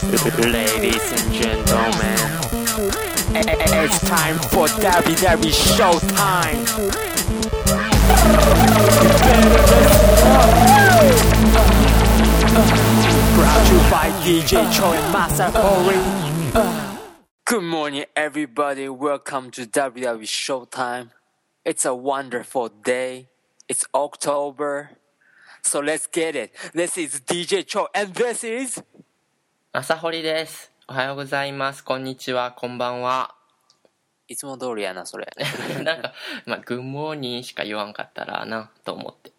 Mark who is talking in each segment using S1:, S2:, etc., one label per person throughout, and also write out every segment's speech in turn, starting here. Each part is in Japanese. S1: Ladies and gentlemen, it's time for WWE Showtime. Brought to you by DJ Cho and Master Ori. Good morning, everybody. Welcome to WWE Showtime. It's a wonderful day. It's October. So let's get it. This is DJ Cho, and this is.
S2: 朝堀です。おはようございます。こんにちは。こんばんは。
S1: いつも通りやな、それ。
S2: なんか、まあ、グッモーニーしか言わんかったらな、と思って。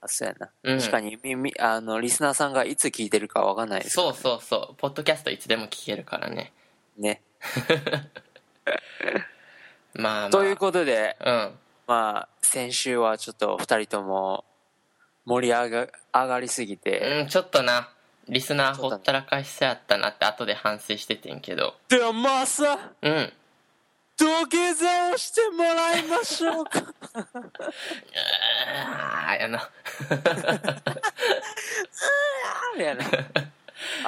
S1: あそうやな。
S2: うん
S1: 確かに、み、み、あの、リスナーさんがいつ聞いてるかわかんないです
S2: そうそうそう。ポッドキャストいつでも聞けるからね。
S1: ね。
S2: まあ、まあ、
S1: ということで、
S2: うん。
S1: まあ、先週はちょっと二人とも盛り上が上がりすぎて、
S2: うん、ちょっとな、リスナーほったらかしさやったなって後で反省しててんけど。
S1: では、まさ、
S2: うん。
S1: 土下座をしてもらいましょう か。
S2: ああ、やな。
S1: あれやな。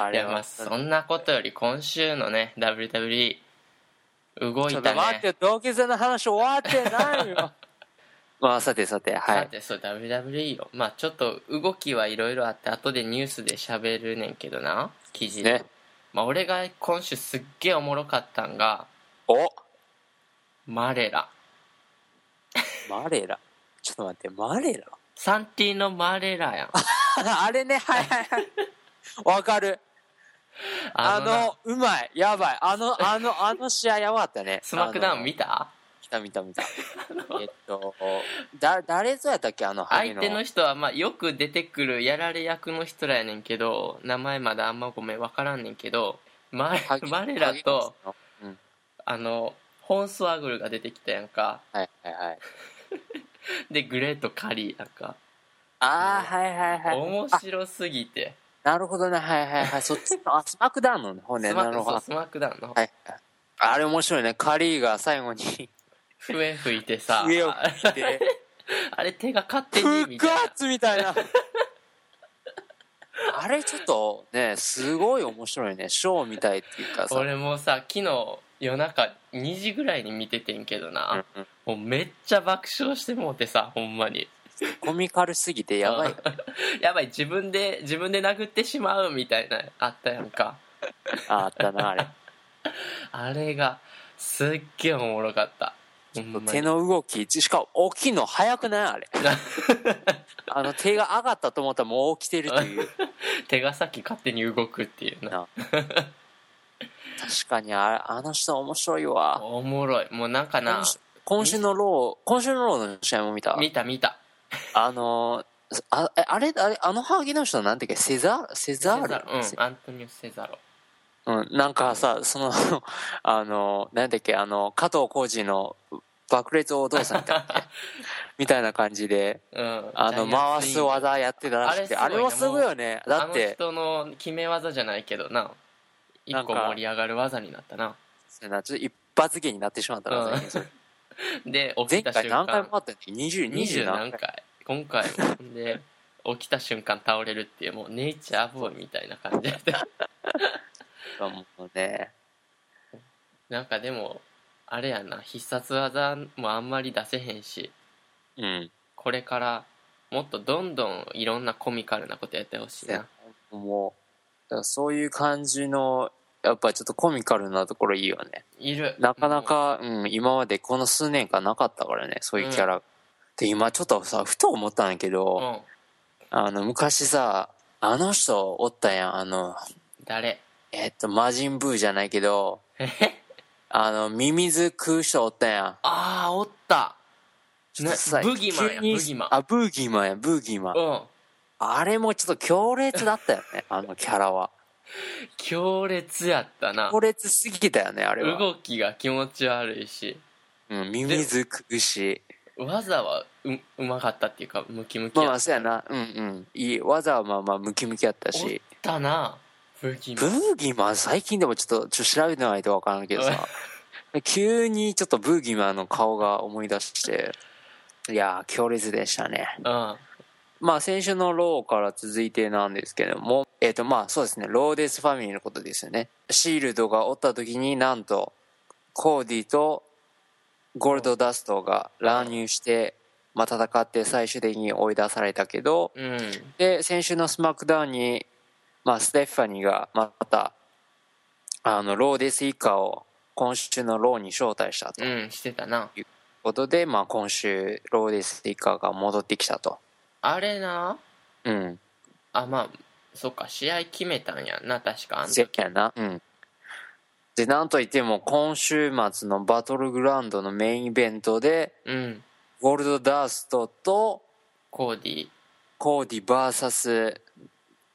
S1: あ
S2: い
S1: れ
S2: や、
S1: は
S2: まあ、そんなことより今週のね、WWE、動い
S1: ちょったと待っ
S2: ね
S1: て。よ、土下座の話終わってない よ。まあ、さてさて、は
S2: さ
S1: い。
S2: てそう WWE よまあちょっと動きはいろいろあって後でニュースで喋るねんけどな記事で、
S1: ね。
S2: まあ、俺が今週すっげえおもろかったんが
S1: お
S2: マレラ
S1: マレラ。ちょっと待って、マレラ
S2: サンティのマレ ラやん
S1: あれね、はいはいはい。わかる。あ
S2: な
S1: の、うまい、やばい。あの、あの、あの試合やばかったね。
S2: スマックダウ
S1: あ
S2: ン
S1: の
S2: 見た
S1: 見た見た見 た。えっと、だ、誰ぞやったっけあの、ハゲ
S2: 相手の人はまあよく出てくるやられ役の人らやねんけど名前まだあんまごめんわからんねんけどマレ
S1: ハゲ
S2: マレラと。
S1: ハゲの人
S2: あのホンスワグルが出てきたやんか
S1: うん。はいはいはい。
S2: でグレートカリーやんか
S1: ああ、はいはいはい。
S2: 面
S1: あ
S2: 白すぎて
S1: なるほどね。はいはいはい。そっち の、あ、スマックダウンの方ね。
S2: ス
S1: な
S2: マ
S1: るほ
S2: そう
S1: ど。
S2: スマックダウンの方
S1: はい。あれ面白いね。カリーが最後に、
S2: 笛吹いてさ
S1: 上 を切って、
S2: あれ手が勝手に
S1: 復
S2: みたいな
S1: 活みたいな。 あれちょっとね、すごい面白いね。ショーみたいっていうかさ。
S2: 俺もさ昨日夜中2時ぐらいに見ててんけど
S1: うん
S2: な、
S1: うん
S2: もうめっちゃ爆笑してもうてさほんまに
S1: コミカルすぎてやばい。
S2: やばい自分で自分で殴ってしまうみたいなあったやんか
S1: ああったな、あ れ。
S2: あれがすっげえおもろかったほんまに
S1: 手の動き、しかも起きんの早くないあ れ。あの手が上がったと思ったらもう起きてるっていう。
S2: 手が先勝手に動くっていうな
S1: な確かにあれ、あの人面白いわ。
S2: おもろいもうなんかな
S1: 今週今週のロー、今週のローの試合も見た
S2: 見た見た
S1: あのー、あえあれ、あれ、あのハーゲの人なんていうか、セザー、セザール
S2: セザロうんアントニオ・セザロ
S1: うん、なんかさ、その、 あの、なんだっけ、あの、加藤浩次の爆裂お父さんみたいな、 みたいな感じで、
S2: うん
S1: あ
S2: ジャ
S1: の、
S2: イアン
S1: 回
S2: ツイン
S1: す技やってたらしくて、あ
S2: あ
S1: れ
S2: れ
S1: もす
S2: す
S1: ご
S2: ご
S1: い
S2: いね
S1: よね。だっ
S2: あの
S1: て、
S2: 人の決め技じゃないけどな一
S1: なんか
S2: 個盛り上がる技になったな
S1: そうやなちょっと一発芸になってしまったな、
S2: う
S1: 最
S2: ん
S1: 近それ
S2: で起
S1: 前
S2: きた瞬
S1: 回何回
S2: 間
S1: もあったんだっけ ?20、20
S2: 20
S1: 何
S2: 何
S1: 回
S2: 回今回もで起きた瞬間倒れるっていうもうネイチャーボーイみたいな感じで
S1: かもうね。
S2: なんかでもあれやな必殺技もあんまり出せへんし
S1: うん。
S2: これからもっとどんどんいろんなコミカルなことやってほしいな
S1: もう、だからそういう感じの、やっぱりちょっとコミカルなところいいよね。
S2: いる
S1: なかなか、うん、今までこの数年間なかったからね、そういうキャラ。で、今ちょっとさ、ふと思ったんだけ
S2: う
S1: ど、
S2: ん
S1: あの、昔さ、あの人おったやん、あの、
S2: 誰
S1: えっと、魔人ブーじゃないけど、あの、ミミズ食う人おったやん。
S2: ああおった
S1: ちょっとさ
S2: ねブギマンや
S1: 急に
S2: ブギマン
S1: あ、ブーギマンや、ブーギマン。
S2: うん
S1: あれもちょっと強烈だったよね、 あのキャラは。
S2: 強烈やったな
S1: 強烈すぎたよね、あれは。
S2: 動きが気持ち悪いし
S1: うん、ミミズ食うし。
S2: 技はううまかったっていうかムキムキ
S1: まあま
S2: や
S1: あ、
S2: っ
S1: そうやな。うんうん。いい。技はまあまあ、ムキムキやったし。
S2: たな武器
S1: ブ
S2: も
S1: ーギーマン最近でもちょっとちょっと調べてないと分からんけどさ 急にちょっとブーギーマンの顔が思い出していやー強烈でしたね
S2: うん
S1: まあ先週のローから続いてなんですけども、えっ、とまあそうですね、ローデスファミリーのことですよね。シールドがおった時になんと、コーディとゴールドダストが乱入して、まあ戦って最終的に追い出されたけど、
S2: うん
S1: で、先週のスマックダウンに、まあステファニーがまた、あの、ローデス以下を今週のローに招待したという
S2: うんしてたな
S1: ことで、まあ今週ローデス以下が戻ってきたと。
S2: あれな
S1: うん。
S2: あまあそっか試合決めたんやな確かあの
S1: せやな。うん。で、なんといっても今週末のバトルグラウンドのメインイベントで、
S2: うん
S1: ゴールドダーストと
S2: コーディ
S1: コーディバーサス、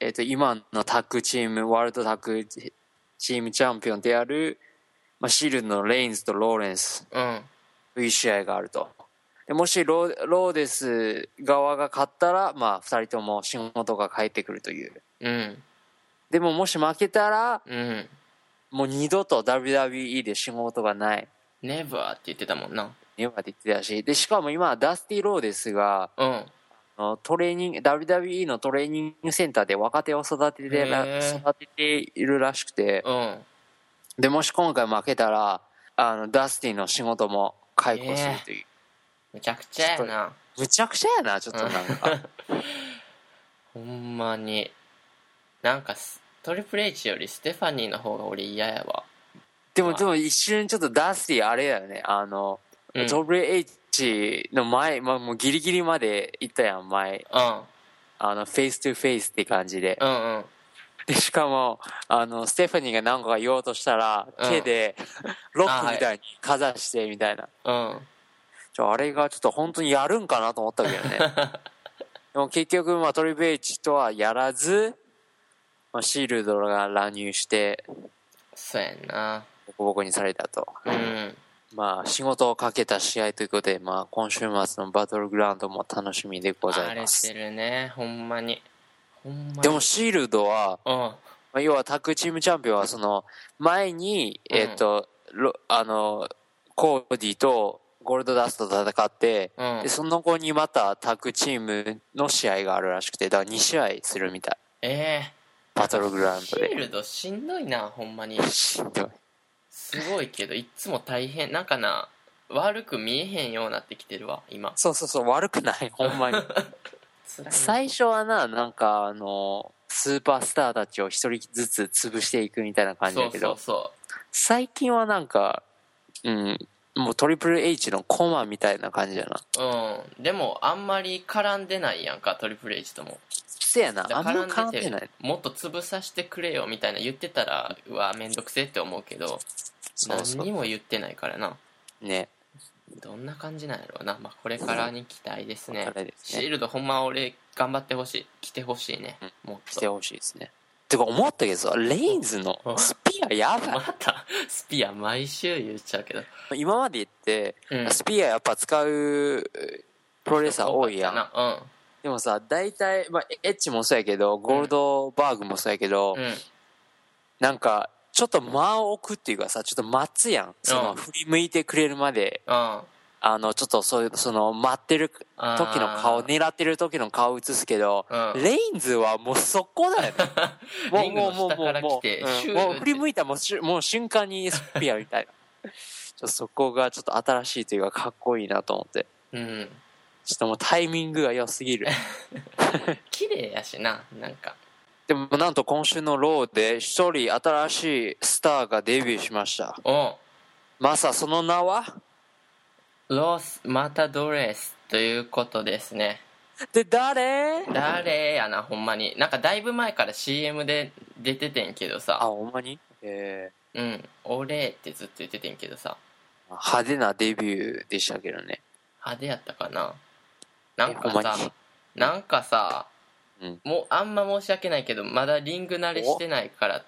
S1: えっ、と、今のタッグチーム、ワールドタッグチームチャンピオンである、まあ、シールドのレインズとローレンス
S2: うん
S1: という試合があると。でもしローローデス側が勝ったら、まあ、二人とも仕事が返ってくるという。
S2: うん
S1: でも、もし負けたら、
S2: うん
S1: もう二度と WWE で仕事がない。
S2: ネバーって言ってたもんな
S1: 今まで言ってたし。で、しかも今、ダスティ・ローですが、
S2: うん
S1: あのトレーニング、WWE のトレーニングセンターで若手を育ててら、
S2: へー
S1: 育てているらしくて、
S2: うん
S1: で、もし今回負けたら、あの、ダスティの仕事も解雇するという。
S2: めちゃくちゃやな
S1: むちゃくちゃやな、ちょっとなん か。
S2: ほんまになんかストリプル H よりステファニーの方が俺嫌やわ
S1: でも、でも一瞬ちょっとダスティあれだよね、あの、
S2: うんうん
S1: WH の前、まあもうギリギリまで行ったやん、前。あの、フェイストゥフェイスって感じで。
S2: うんうん
S1: で、しかも、あの、ステファニーが何個か言おうとしたら、
S2: うん
S1: 手 で、ロックみたいにかざして、みたいな。
S2: うん
S1: ちょあれがちょっと本当にやるんかなと思ったけ どね。でも結局、まあ、トリベイチとはやらず、まあ、シールドが乱入して、
S2: そうやんな
S1: ボコボコにされたと。
S2: うん
S1: まあ、仕事をかけた試合ということで、まあ、今週末のバトルグラウンドも楽しみでござ
S2: 荒
S1: い
S2: れ
S1: ま
S2: て
S1: す。
S2: るねほんまにほんまに
S1: でも、シールドは、
S2: うん
S1: まあ、要はタッグチームチャンピオンはその前に、
S2: うん
S1: えっとロあのコーディとゴールドダストと戦って、
S2: うん
S1: でその後にまたタッグチームの試合があるらしくてだから2試合するみたい
S2: え
S1: バトルグラウ
S2: え
S1: ン
S2: シ
S1: ドで
S2: ールドしんどいなほんまに
S1: しんどい
S2: すごいけどいっつも大変なんかな悪く見えへんようになってきてるわ今
S1: そうそうそう悪くないほんま に
S2: 辛いな
S1: 最初はななんかあのスーパースターたちを一人ずつ潰していくみたいな感じ
S2: そ
S1: だ
S2: う
S1: け
S2: そ
S1: ど
S2: うそ
S1: 最近はなんかうんもうトリプル H のコマみたいな感じだな
S2: ううんでもあんまり絡んでないやんかトリプル H とも
S1: せやな、
S2: だ
S1: あん
S2: か
S1: ま
S2: ら
S1: 絡ん
S2: て
S1: でない。
S2: もっと潰させてくれよみたいな言ってたらうわめんどくせえって思うけど
S1: そうそ
S2: 何にも言ってないからな
S1: う。ね。
S2: どんな感じなんやろうな、まあ、これからに期待ですね
S1: これですね
S2: シールドほんま俺頑張ってほしい来てほしいね、もっ
S1: し
S2: と
S1: てほしいですね。てか思ったけどさ、レインズの
S2: うん
S1: スピアや ば
S2: またスピア毎週言っちゃうけど
S1: い。今まで言って、
S2: うん
S1: スピアやっぱ使うプロレスラー多いやん。
S2: な
S1: でもさ、大体、まあ、エッチもそうやけど、ゴールドバーグもそうやけど、
S2: うんうん
S1: なんか、ちょっと間を置くっていうかさ、ちょっと待つやん。その、
S2: うん
S1: 振り向いてくれるまで、
S2: あ
S1: あの、ちょっとそういう、その、待ってる
S2: あ
S1: 時の顔、
S2: ね
S1: 狙ってる時の顔映すけど、
S2: うん
S1: レインズはもうそこ だよね。も
S2: リングの下から来て
S1: もうもう
S2: シュー
S1: もうもう振り向いたらもうしゅもう瞬間にスピアみ たいな。ちょっとそこがちょっと新しいというかかっこいいなと思って。
S2: うん
S1: ちょっともうタイミングが良すぎる。
S2: 綺麗やしななんか
S1: でもなんと今週のローで一人新しいスターがデビューしました。
S2: お
S1: まさその名は
S2: ロスまたドレスということですね
S1: で誰
S2: 誰やなほんまになんかだいぶ前から CM で出ててんけど
S1: あ、
S2: さ
S1: ほんまにえ
S2: 「うん俺」ってずっと言っててんけどさ
S1: ー、派手なデビューでしたけどね。
S2: 派手やったかななんか
S1: えほんま
S2: さ
S1: に
S2: なんかさ、
S1: うん
S2: もうあんま申し訳ないけどまだリング慣れしてないから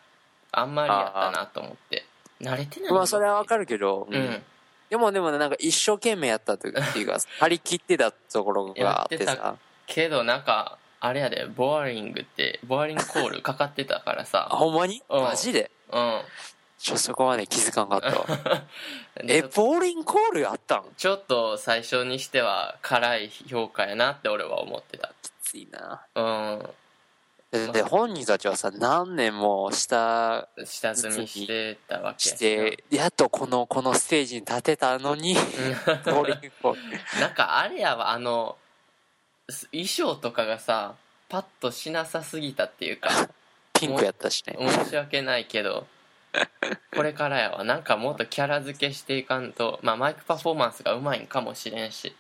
S2: あんまりやったなと思って慣れてない
S1: まあそれはわかるけど、
S2: うん、
S1: でもでもなんか一生懸命やったという か、っていうか張り切ってたところがあって
S2: やってた
S1: さ。
S2: けどなんかあれやでボアリングってボアリングコールかかってたから
S1: あ、
S2: さ
S1: ほんまに
S2: うん
S1: マジで
S2: う
S1: ちょ、そこまで気づかんかったわ。
S2: んで
S1: え、
S2: ちょっと
S1: ボーリンコールあったん
S2: ちょっと最初にしては辛い評価やなって俺は思ってた
S1: ついな。
S2: うん
S1: でで、本人たちはさ、何年も下
S2: 下積みしてたわけや
S1: し
S2: な
S1: て、やっとこの、このステージに立てたの に、ボーリングボール
S2: なんかあれやわあのす衣装とかがさパッとしなさすぎたっていうか
S1: ピンクやったしね。
S2: 申し訳ないけどこれからやわなんかもっとキャラ付けしていかんとまあマイクパフォーマンスがうまいんかもしれんし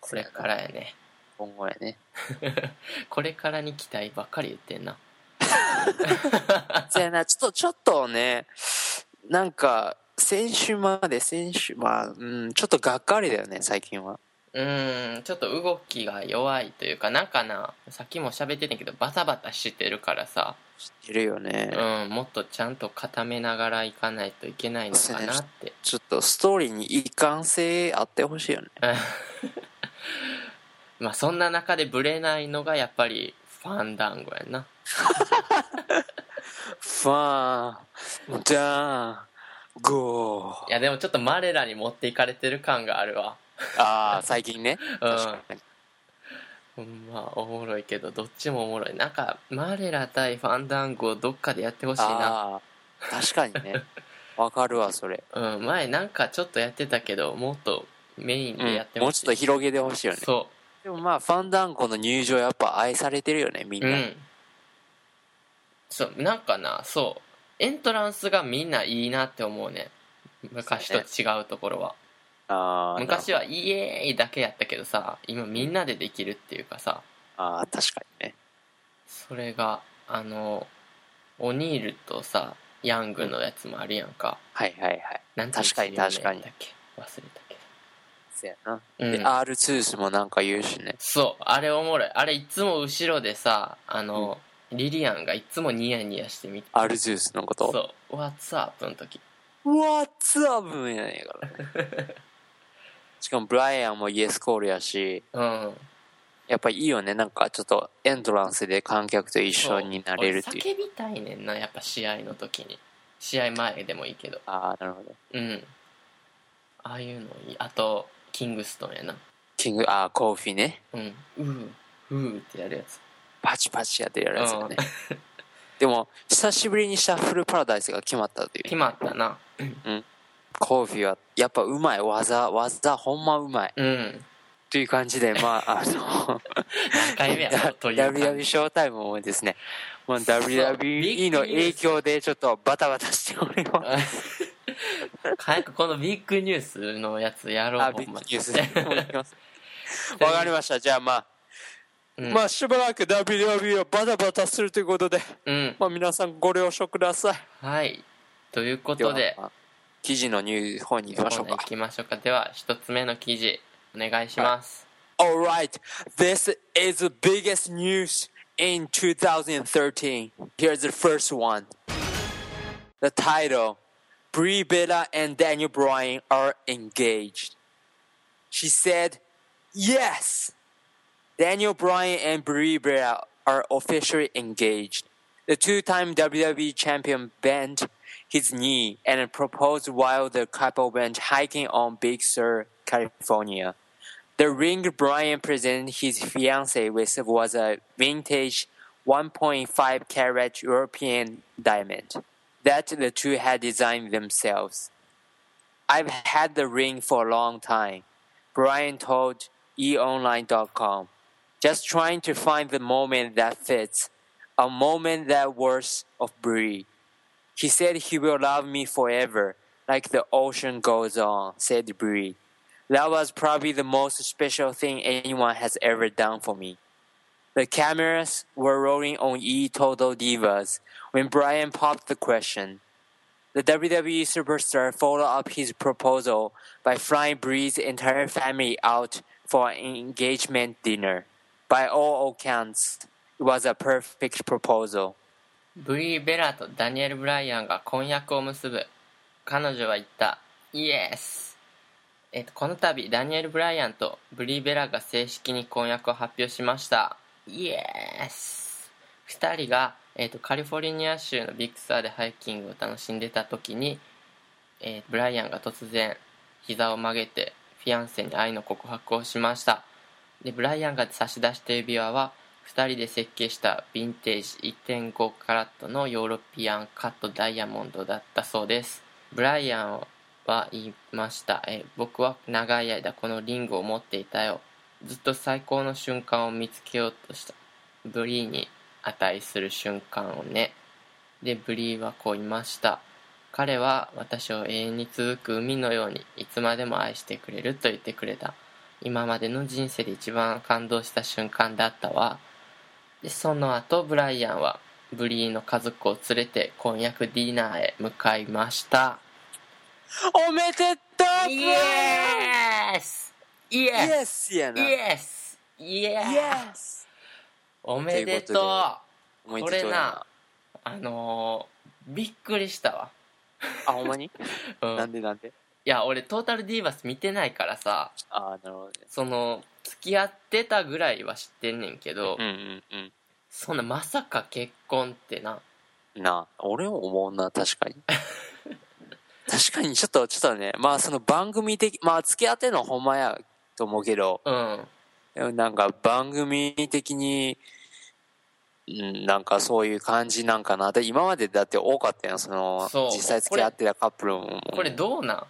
S2: これからやね
S1: 今後やね。
S2: これからに期待ばっかり言ってんな
S1: そうやな、ちょっと、ちょっとね、なんか、先週まで、先週、まあ、うん、ちょっとがっかりだよね、最近は。
S2: うーんちょっと動きが弱いというかなんかなさっきも喋ってたけどバタバタしてるからさ
S1: いるよね。
S2: うん、もっとちゃんと固めながらいかないといけないのかなって。
S1: ちょっと、ストーリーに一貫性あってほしいよね。
S2: まあそんな中でブレないのがやっぱりファンダンゴやな。
S1: ファン、ダーン、ゴー。
S2: いやでもちょっとマレラに持っていかれてる感があるわ。
S1: ああ、最近ね。確かに。
S2: ほんまおもろいけどどっちもおもろい。なんかマレラ対ファンダンゴをどっかでやってほしいな。
S1: ああ、確かにね。わかるわ、それ。
S2: うん、前なんかちょっとやってたけどもっとメイ
S1: う
S2: ン
S1: ん
S2: でやって
S1: も
S2: ほ
S1: う
S2: し
S1: ち
S2: い。
S1: ょっと広げてほしいよね。
S2: そ
S1: でもまあ、ファンダンコの入場やっぱ愛されてるよね、みん
S2: う。う
S1: な。
S2: ん。そう、なんかな、そう。エントランスがみんないいなって思うね。昔と違うところは。
S1: ああ、
S2: 昔はイエーイだけやったけどさ今みんなでできるっていうかさ
S1: ああ、確かにね。
S2: それがあのオニールとさヤングのやつもあるやんか
S1: はいはいはい。
S2: なん
S1: 確かに確かに
S2: 忘れたけ
S1: そうやな。
S2: ど、うん
S1: で、R ツースもなんか言うしね。
S2: そうあれおもろいあれいつも後ろでさあの、リリアンがいつもニヤニヤしてみて
S1: R ツースのこと。
S2: そう「What's up?」の時
S1: わっつあぶんやねんからね。 しかも、ブライアンもイエスコールやし、
S2: うん
S1: やっぱいいよね。なんかちょっとエントランスで観客と一緒になれるっていう。
S2: そう俺叫びたいねんなやっぱ試合の時に試合前でもいいけど
S1: ああ、なるほど。
S2: うんああいうのいいあとキングストンやな
S1: キング、ああ、コーフィーね。
S2: うんうーうーってやるやつ
S1: パチパチやってるやつがね。 でも、久しぶりにシャッフルパラダイスが決まったという。
S2: 決まったな
S1: コーフィーは、やっぱうまい。技、技、ほんまうまい。
S2: うん
S1: という感じで、ま あ、あの、
S2: 何回目やろ という感じ
S1: WW ショータイムもですね、まあ、
S2: そう
S1: WWE の影響でちょっとバタバタしております。
S2: 早くこのビッグニュースのやつやろ
S1: あ、
S2: う
S1: ビッグ
S2: ほ
S1: ニ
S2: んま
S1: ュース でおります。わかりました。じゃあまあ、
S2: うん
S1: まあしばらく WWE はバタバタするということで、
S2: うん
S1: まあ皆さんご了承ください。
S2: はいというこ
S1: では
S2: とで、
S1: まあ記事のニュー方に行きましょう
S2: コーナー
S1: か
S2: 行。きましょうかでは一つ目の記事お願いします、
S1: Alright, this is the biggest news in 2013. Here's the first one. The title Brie Bella and Daniel Bryan are engaged. She said, Yes! Daniel Bryan and Brie Bella are officially engaged. The two time WWE E champion bent his knee and proposed while the couple went hiking on Big Sur, California. The ring Brian presented his fiancée with was a vintage 1.5 carat European diamond that the two had designed themselves. I've had the ring for a long time, Brian told e eOnline.com. Just trying to find the moment that fits, a moment that works of Brie. He said he will love me forever, like the ocean goes on, said Bree. That was probably the most special thing anyone has ever done for me. The cameras were rolling on E Total Divas when Brian popped the question. The WWE superstar followed up his proposal by flying Bree's entire family out for an engagement dinner. By all accounts, it was a perfect proposal.
S2: ブリー・ベラとダニエル・ブライアンが婚約を結ぶ彼女は言ったイエス、えっと、この度ダニエル・ブライアンとブリー・ベラが正式に婚約を発表しましたイエス2人が、えっと、カリフォルニア州のビッグツアーでハイキングを楽しんでた時に、えーブライアンが突然膝を曲げてフィアンセに愛の告白をしましたでブライアンが差し出した指輪は2人で設計したヴィンテージ1.5カラットのヨーロピアンカットダイヤモンドだったそうですブライアンは言いましたえ僕は長い間このリングを持っていたよずっと最高の瞬間を見つけようとしたブリーに値する瞬間をねでブリーはこう言いました彼は私を永遠に続く海のようにいつまでも愛してくれると言ってくれた今までの人生で一番感動した瞬間だったわでその後ブライアンはブリーの家族を連れて婚約ディナーへ向かいました
S1: おめでとう
S2: イエースイエ
S1: イエ
S2: ース
S1: スや
S2: イ
S1: なイエ
S2: エスイエース
S1: ス
S2: おめで
S1: ということとで
S2: う
S1: おめで
S2: こと
S1: う
S2: れ
S1: や
S2: なあのーびっくりしたわ、
S1: あほんまに
S2: うん
S1: なんでなんで
S2: いや俺トータルディーバス見てないからさ
S1: ああなるほどね
S2: その付き合ってたぐらいは知ってんねんけど、
S1: うんうん
S2: そんなまさか結婚ってな
S1: うんなあ俺も思うな確かに 確かにちょっとちょっとねまあその番組的まあ付き合ってんのはほんまやと思うけど
S2: うん
S1: でもなんか番組的にうんなんかそういう感じなんかなで今までだって多かったやんその
S2: そう
S1: 実際付き合ってたカップルも
S2: これどうなん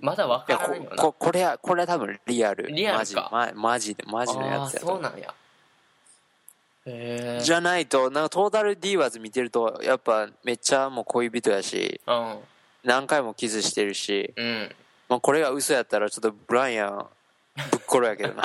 S2: まだわ
S1: い
S2: か
S1: や
S2: ら
S1: こ
S2: んよな
S1: ここれはこれは多分リアル
S2: リアル
S1: マジ
S2: か
S1: ママジでマジのやつ
S2: あ
S1: や
S2: ー
S1: と思
S2: そううなんやへえ
S1: じゃないとなんかトータルディーワーズ見てるとやっぱめっちゃもう恋人やし
S2: うん
S1: 何回もキスしてるし、
S2: うん
S1: まあ、これが嘘やったらちょっとブライアンぶっ殺やけ どな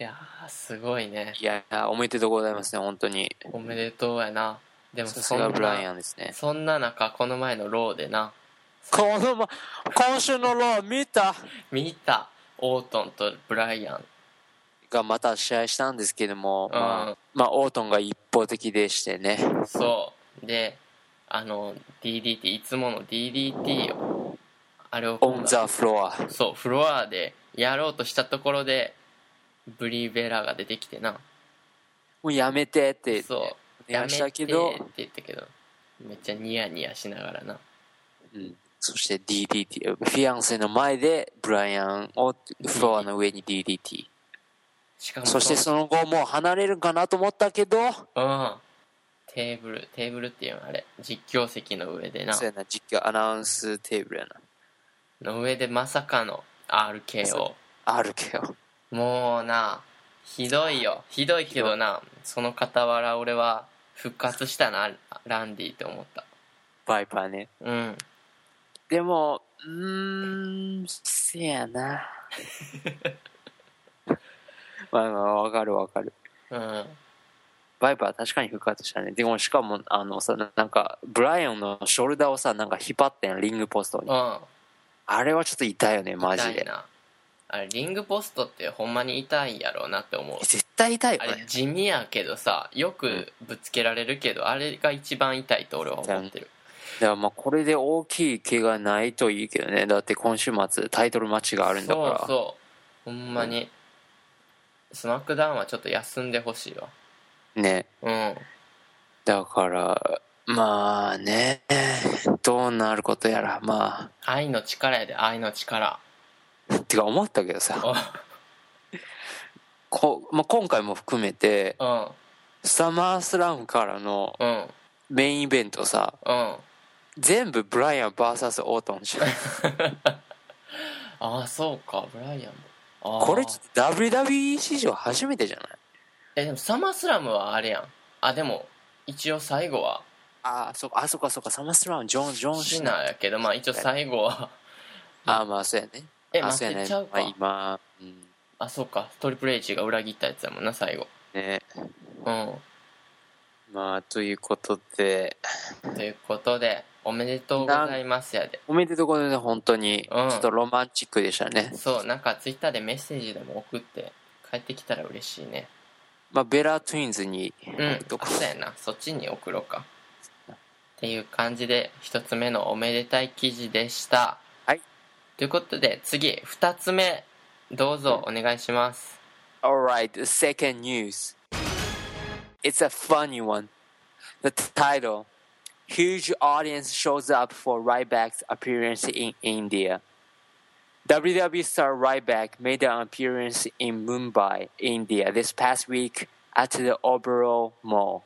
S2: いやーすごいね
S1: いやおめでとうございますね本当に
S2: おめでとうやなでも
S1: さす
S2: そんな
S1: がブライアンですね
S2: そんな中この前のローでな
S1: このま今週のロー見た
S2: 見たオートンとブライアン
S1: がまた試合したんですけども、
S2: うん
S1: まあ、まあオートンが一方的でしてね
S2: そうであの DDT いつもの DDT をあれを
S1: オン・ザ・フロア
S2: そうフロアでやろうとしたところでブリーベラが出てきてな
S1: もうやめてって
S2: そう
S1: 言いま
S2: やめて
S1: し
S2: ったて
S1: けど
S2: 言ったけどめっちゃニヤニヤしながらな
S1: うんそして DDT、フィアンセの前でブライアンをフロアの上に DDT。
S2: しかも
S1: そしてその後もう離れるかなと思ったけど、
S2: うんテーブルテーブルっていうのあれ実況席の上でな
S1: そうやな、実況アナウンステーブルや
S2: の上でまさかの RKO
S1: な。RKO。
S2: もうなひどいよひどいけどなその傍ら俺は復活したなランディって思った
S1: バイパーね。
S2: うん
S1: でも、うーん、せやな。 まあまあ、わかるわかる。
S2: うん
S1: バイパー確かに復活したね。でもしかも、あのさ、なんか、ブライアンのショルダーをさ、なんか引っ張ってん、リングポストに。
S2: うん
S1: あれはちょっと痛いよね、マ
S2: 痛
S1: ジ
S2: い
S1: で。
S2: なあれリングポストってほんまに痛いんやろうなって思う
S1: 絶対痛いよ
S2: あ
S1: ね
S2: れ。地味やけどさよくぶつけられるけどあれが一番痛いと俺は思ってる
S1: だからまあこれで大きい怪我ないといいけどねだって今週末タイトルマッチがあるんだから
S2: そうそうほんまにスマックダウンはちょっと休んでほしいわ
S1: ね
S2: うん
S1: だからまあねどうなることやらま
S2: 愛の力やで愛の力
S1: あてか思ったけどさ
S2: う
S1: こ、まあ、今回も含めて
S2: ん
S1: サマースラムからの
S2: うんうん
S1: メインイベントさ
S2: あ
S1: 全部ブライアン VS オートンじゃん
S2: あそうかブライアンもあー
S1: これちょっと WWE 史上初めてじゃない
S2: えでもサマースラムはあれやんあでも一応最後は
S1: ああそっかあそっかそっかサマースラムジョンジョン
S2: シ
S1: シ
S2: ナ
S1: ナ
S2: ーやけどまあ一応最後 は
S1: ああまあそうやね
S2: え
S1: あそう
S2: 負
S1: や
S2: け
S1: ね
S2: ちゃう
S1: まあ
S2: か
S1: 今、うん
S2: あそうかトリプル H が裏切ったやつやもんな最後
S1: ね
S2: う
S1: まあということで
S2: んということでおめでとうございますやで
S1: おめでとうございます本当に、
S2: うん
S1: ちょっとロマンチックでしたね
S2: そうなんかツイッターでメッセージでも送って帰ってきたら嬉しいね
S1: まあベラトゥインズに
S2: うん
S1: どこ
S2: あそうやなそっちに送ろうかっていう感じで一つ目のおめでたい記事でした
S1: はい
S2: ということで次二つ目どうぞお願いします
S1: Alright the second news It's a funny one The title Huge audience shows up for Ryback's appearance in India WWE E star Ryback made an appearance in Mumbai, India this past week at the Oberoi Mall.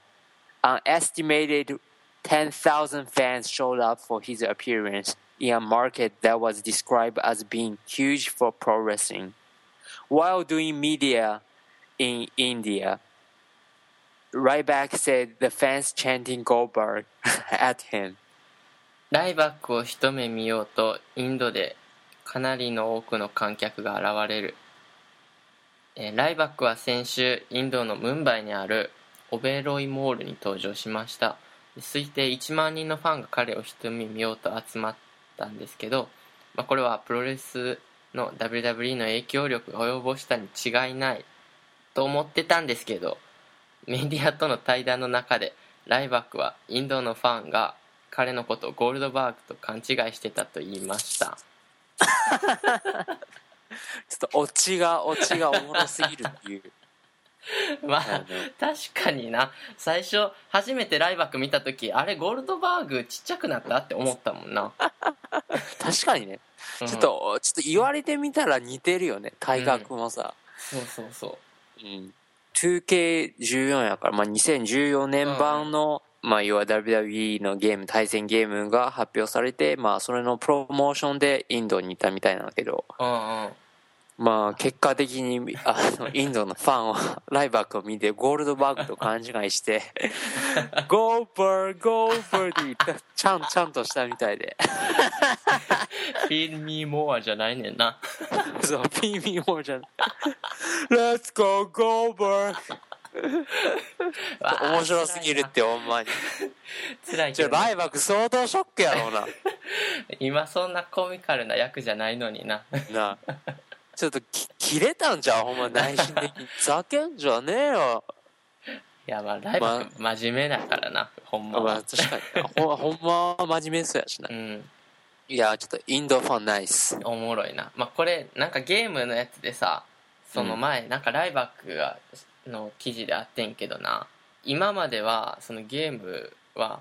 S1: An estimated 10,000 fans showed up for his appearance in a market that was described as being huge for pro wrestling. While doing media in India, Ryback said the fans chanting Goldberg at him.
S2: ライバックを一目見ようとインドでかなりの多くの観客が現れる、えーライバックは先週インドのムンバイにあるオベロイモールに登場しました推定1万人のファンが彼を一目見ようと集まったんですけど、まあ、これはプロレスの WWE の影響力が及ぼしたに違いないと思ってたんですけどメディアとの対談の中でライバックはインドのファンが彼のことをゴールドバーグと勘違いしてたと言いました
S1: ちょっとオチがオチがおもろすぎるっていう。
S2: ま
S1: なる
S2: あ
S1: ほど
S2: 確かにな最初初めてライバック見た時あれゴールドバーグちっちゃくなったって思ったもんな、
S1: 確かにね。
S2: うん
S1: ちょっと、ちょっと言われてみたら似てるよね。体格もさ。
S2: そうそうそう
S1: うん。2K14 やから、まあ、2014年版の、まあ、要は WWE のゲーム、対戦ゲームが発表されて、まあ、それのプロモーションでインドに行ったみたいなんだけど、
S2: うんうん
S1: まあ、結果的に、あの、インドのファンは、ライバックを見て、ゴールドバーグと勘違いして、ゴーバー、ゴーバーって言った、ちゃん、ちゃんとしたみたいで。
S2: Feed me more じゃないねん な
S1: そう、ピーミーモーじゃん。Let's go, Goldberg!
S2: わあ
S1: 面白すぎるって、ほんまに。
S2: 辛いな辛い
S1: ち
S2: け
S1: ょ、
S2: どね
S1: ライバック相当ショックやろうな。
S2: 今そんなコミカルな役じゃないのにな
S1: なあちょっとき、切れたんじゃん、ほんま、内心的に。ふざけんじゃねえよ。
S2: いやまあライバック真面目だからなほんま
S1: まあ、
S2: は
S1: 確かにな。ほんほんまは真面目そうやしな
S2: う。ん
S1: いや、ちょっと、インドファンナイス。
S2: おもろいなまあこれなんかゲームのやつでさその前、なんかライバックがの記事であってんけどな今まではそのゲームは、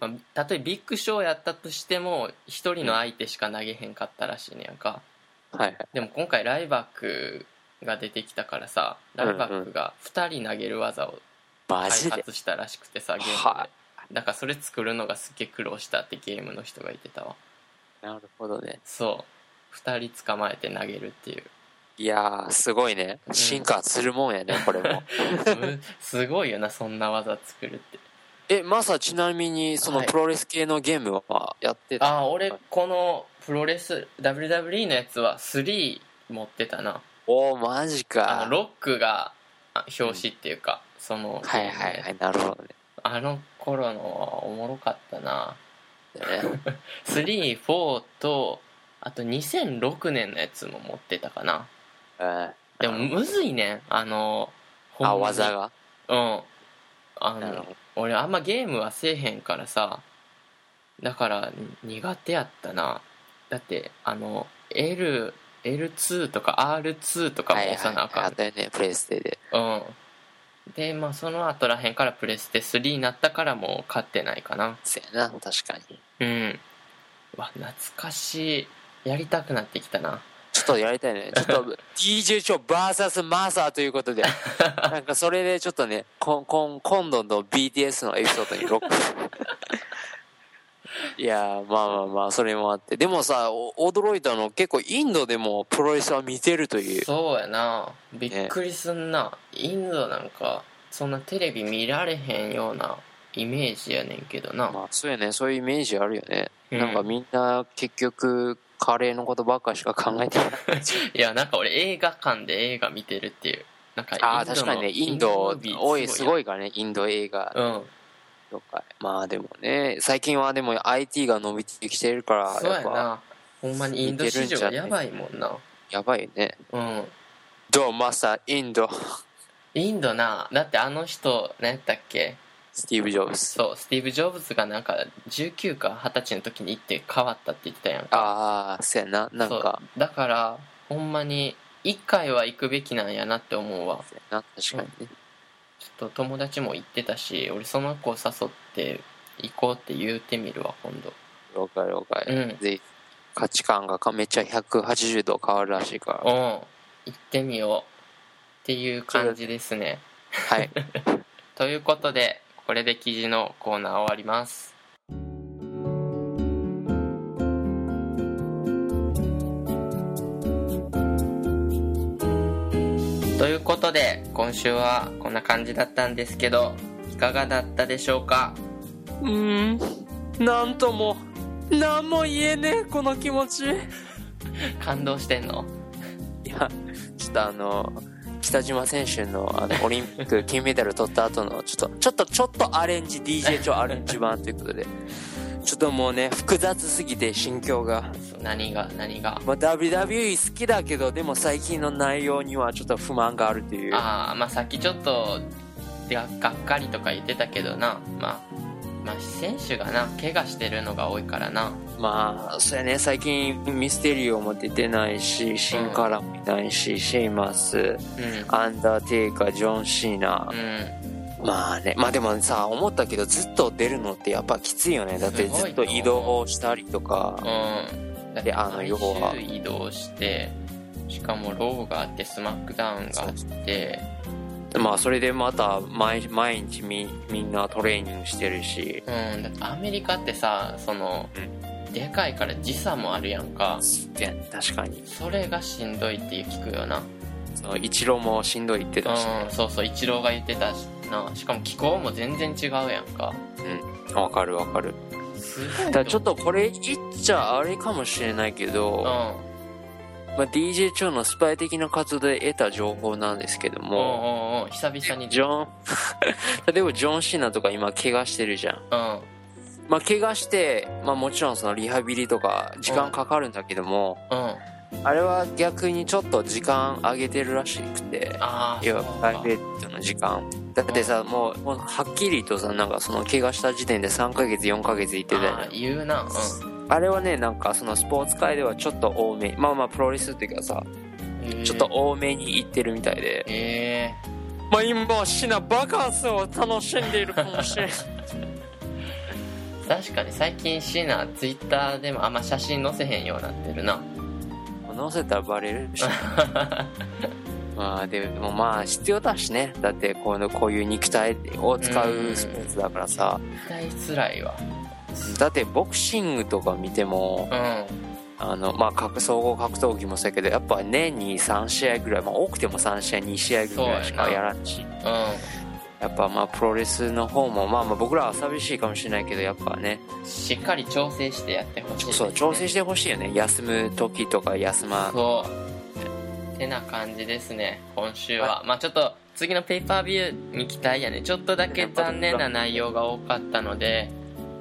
S2: まあ、たとえビッグショーやったとしても一人の相手しか投げへんかったらしいねやんか、
S1: はいはい。
S2: でも今回ライバックが出てきたからさライバックが2人投げる技を
S1: マ
S2: 開
S1: ジで。
S2: 発したらしくてさゲームで、
S1: は
S2: だからそれ作るのがすっげえ苦労したってゲームの人が言ってたわ
S1: なるほどね。
S2: そう2人捕まえて投げるっていう
S1: いやー、すごいね。進化するもんやね、これ も。
S2: むすごいよなそんな技作るって
S1: え、マサ、ちなみに、その、
S2: はい
S1: プロレス系のゲームはやってた
S2: ああ俺このプロレス WWE のやつは3持ってたな
S1: おおマジ
S2: あの
S1: か。
S2: ロックがあ表紙っていうか、その
S1: はいはいはい、なるほどね。
S2: あの頃のはおもろかったな
S1: ね
S2: 34とあと2006年のやつも持ってたかな
S1: うん
S2: でもむずいねんあのほんま
S1: あ、
S2: に
S1: 技が。
S2: うんあ
S1: なるほ
S2: の
S1: ど
S2: 俺あんまゲームはせえへんからさだからに苦手やったなだってあの L L2 とか R2 とかも押さなあかん、
S1: はいはいはいあったよね、プレイステで。
S2: うんでまあその後らへんからプレステ3になったからもう勝ってないかな
S1: そうやな、確かに。
S2: うんうわ懐かしいやりたくなってきたな
S1: ちょっとやりたい ね。ちょっと、DJ 超 VS マサーということ で、なんかそれでちょっとね、こんこん今度の BTS のエピソードに ロック。いやーまあまあまあそれもあってでもさお驚いたの結構インドでもプロレスは見てるという
S2: そうやなびっくりすんな、インドなんかそんなテレビ見られへんようなイメージやねんけどな、
S1: まあ、そうやねそういうイメージあるよね、
S2: うん
S1: なんかみんな結局カレーのことばっかしか考えてない
S2: いやなんか俺映画館で映画見てるっていうなんか
S1: ああ確かにねインド多いすご
S2: い
S1: いからねインド映画
S2: うん
S1: とか、まあでもね最近はでも IT が伸びてきてるから
S2: そう
S1: や
S2: や
S1: っぱ
S2: なほんまにインド市場やばいもんな
S1: やばいよね
S2: うん
S1: どうマスターインド
S2: インドなだってあの人何やったっけ
S1: スティーブ・ジョブズ
S2: そうスティーブ・ジョブズがなんか19か20歳の時に行って変わったって言ってたやんか
S1: ああそうやななんか
S2: そうだからほんまに一回は行くべきなんやなって思うわ
S1: そうやな確かにね、
S2: ちょっと友達も行ってたし俺その子を誘って行こうって言うてみるわ今度
S1: 了解了解、
S2: うん
S1: ぜひ価値観がかめっちゃ180度変わるらしいから
S2: うん行ってみようっていう感じですね
S1: はい
S2: ということでこれで記事のコーナー終わりますということで今週はこんな感じだったんですけどいかがだったでし ょうか
S1: うーんなんとも何も言えねえこの気持ち
S2: 感動してんの
S1: いやちょっとあの北島選手のあのオリンピック金メダル取った後のちょっとちょっとちょっとアレンジ DJ 超アレンジ版ということでちょっともうね複雑すぎて心境が、
S2: 何が何が
S1: まあ、WWE 好きだけどでも最近の内容にはちょっと不満があるという
S2: ああまあさっきちょっとががっかりとか言ってたけどなまあまあ選手がな怪我してるのが多いからな
S1: まあそうやね最近ミステリオも出てないしシンカラもいないし、シェイマス
S2: うん
S1: アンダーテイカージョン・シーナ、
S2: うん
S1: まあね、まあでもさ、思ったけど、ずっと出るのってやっぱきついよね。だってずっと移動したりとか、
S2: うんだって
S1: であの要は
S2: 毎週移動してしかもローがあってスマックダウンがあって
S1: まあそれでまた毎毎日みみんなトレーニングしてるし、
S2: うんだってアメリカってさその、
S1: う
S2: でかいから時差もあるやんか
S1: いや確かに、
S2: それがしんどいって聞くよな
S1: その一郎もしんどいってたし、
S2: うんそうそうイチローが言ってたしなしかも気候も全然違うやんか
S1: わ、かるわかる。
S2: すごい
S1: だからちょっとこれ言っちゃあれかもしれないけ
S2: うん
S1: ど、まあ、DJ 長のスパイ的な活動で得た情報なんですけど
S2: おう
S1: も、
S2: おうおう久々に
S1: ジョン、 例えばジョン・シーナとか今怪我してるじゃん。
S2: うん
S1: まあ、怪我して、まあ、もちろんそのリハビリとか時間かかるんだけども、
S2: うん
S1: あれは逆にちょっと時間上げてるらしくて
S2: ああ
S1: いや
S2: そう
S1: プ
S2: か
S1: ライベートの時間だってさもうもうはっきりとさなんかその怪我した時点で3ヶ月4ヶ月行ってたよ
S2: あ
S1: ね
S2: ー言うなう
S1: あれはねなんかそのスポーツ界ではちょっと多めまあまあプロレスっていうかさ
S2: ん
S1: ちょっと多めに行ってるみたいで、
S2: え
S1: まあ今はシナバカンスを楽しんでいるかもしれない
S2: え確かに最近シーナツイッターでもあんま写真載せへんようになってるな
S1: 乗せたらバレる しまあでもまあ必要だしねだってこのこういう肉体を使うスポーツだからさ
S2: 絶対つらいわ
S1: だってボクシングとか見ても
S2: うん
S1: あのまあ格総合格闘技もそうやけどやっぱ年に3試合ぐらい、まあ、多くても3試合2試合ぐらいしかやらんしやっぱまあプロレスの方もまあまあ僕らは寂しいかもしれないけどやっぱね
S2: うんしっかり調整してやってほしいです
S1: そ
S2: ね、
S1: う調整してほしいよね休む時とか休ま
S2: そうてな感じですね今週は、まあちょっと次のペーパービューに期待やねちょっとだけ残念な内容が多かったので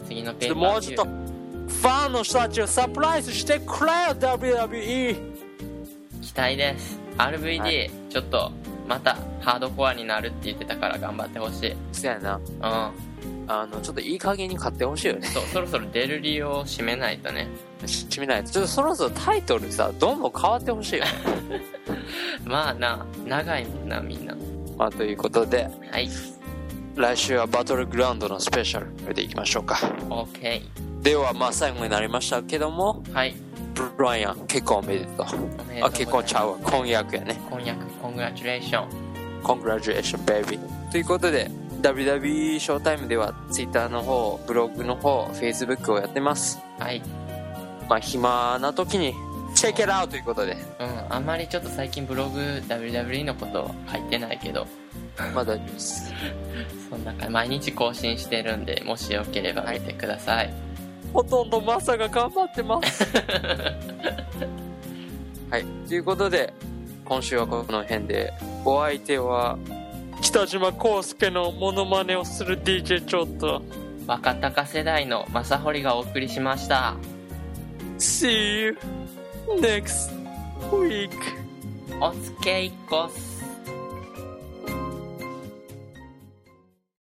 S2: 次のペーパービュー
S1: もうちょっとファンの人たちをサプライズしてくれよ WWE
S2: 期待です RVD、
S1: は
S2: ちょっとまたハードコアになるって言ってたから頑張ってほしいうん
S1: そうやなあのちょっといい加減に買ってほしいよね
S2: そうそろそろ出る理由を締めないとね
S1: 締めないとちょっとそろそろタイトルさどんどん変わってほしいよ、ね、
S2: まあな長いもんなみんな
S1: まあということで
S2: はい
S1: 来週はバトルグラウンドのスペシャルこれでいきましょうか
S2: OK
S1: ではまあ最後になりましたけども
S2: はい
S1: ブライアン結婚おめでとう
S2: おめでとうござい
S1: あ
S2: ます
S1: 結婚ちゃうわ婚約やね
S2: 婚約コングラチュレーション
S1: コングラジュエーションベイビーということで WWE ショータイムでは Twitter の方ブログの方 Facebook をやってます
S2: はい
S1: まあ暇な時にチェックラウトということで
S2: うん、あんまりちょっと最近ブログ WWE のこと書いてないけど、
S1: まあ大丈夫です
S2: そんな感じ、毎日更新してるんで、もしよければ見てください。
S1: ほとんどマサが頑張ってます。 はい。ということで、今週はこの辺で、お相手は、北島康介のモノマネをする DJ ちょっと、
S2: 若隆世代の正堀がお送りしました。
S1: See you next week!
S2: おつけいこっす。